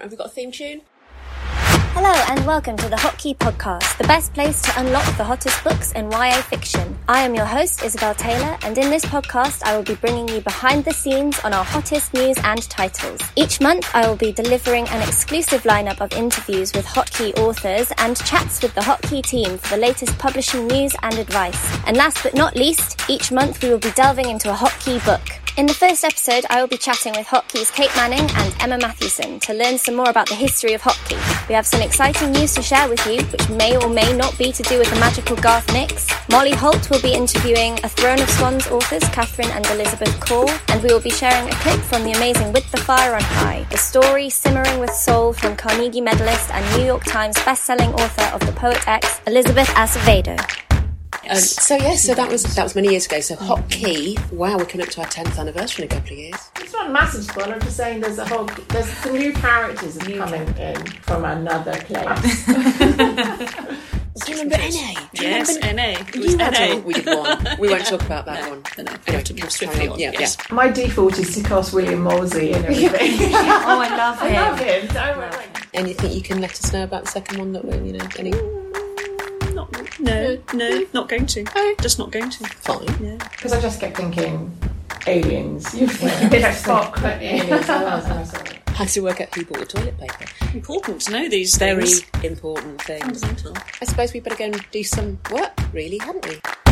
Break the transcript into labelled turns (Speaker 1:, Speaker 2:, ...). Speaker 1: Have we got a theme tune?
Speaker 2: Hello and welcome to the Hotkey Podcast, the best place to unlock the hottest books in YA fiction. I am your host, Isabel Taylor, and in this podcast, I will be bringing you behind the scenes on our hottest news and titles. Each month, I will be delivering an exclusive lineup of interviews with Hotkey authors and chats with the Hotkey team for the latest publishing news and advice. And last but not least, each month, we will be delving into a Hotkey book. In the first episode, I will be chatting with Hotkey's Kate Manning and Emma Mathewson to learn some more about the history of Hotkey. We have some exciting news to share with you, which may or may not be to do with the magical Garth Nix. Molly Holt will be interviewing A Throne of Swans authors Catherine and Elizabeth Call, and we will be sharing a clip from the amazing With the Fire on High, the story Simmering with Soul from Carnegie medalist and New York Times bestselling author of The Poet X, Elizabeth Acevedo.
Speaker 1: Um, so yes, Mm. so that was that was many years ago. So Hotkey, wow, we're coming up to our tenth anniversary in a couple of years.
Speaker 3: It's not a massive spoiler. I'm just saying there's a whole there's some new characters coming in from another place.
Speaker 1: Do you remember NA? Do you
Speaker 4: Yes,
Speaker 1: remember-
Speaker 4: NA. It was
Speaker 1: You had
Speaker 4: NA.
Speaker 1: one. We did one. We won't talk about that one.
Speaker 4: No, no. We
Speaker 1: Anyway,
Speaker 4: have to move
Speaker 1: carry
Speaker 4: swiftly
Speaker 1: on.
Speaker 4: on.
Speaker 1: Yeah,
Speaker 4: yes.
Speaker 3: My default is to cast William Moulsey in everything.
Speaker 5: Oh, I love
Speaker 3: I
Speaker 5: it.
Speaker 3: love him. So much. Like,
Speaker 1: Anything you can let us know about the second one that we're, you know, any
Speaker 4: Not, no, no, not going to. Just not going to.
Speaker 1: fine.
Speaker 3: Because I just kept thinking aliens. You yeah. fuck aliens. I was, I was like,
Speaker 1: How to work out who bought the toilet paper.
Speaker 4: Important to know these
Speaker 1: Very
Speaker 4: things.
Speaker 1: important things. I suppose we better go and do some work, really, haven't we?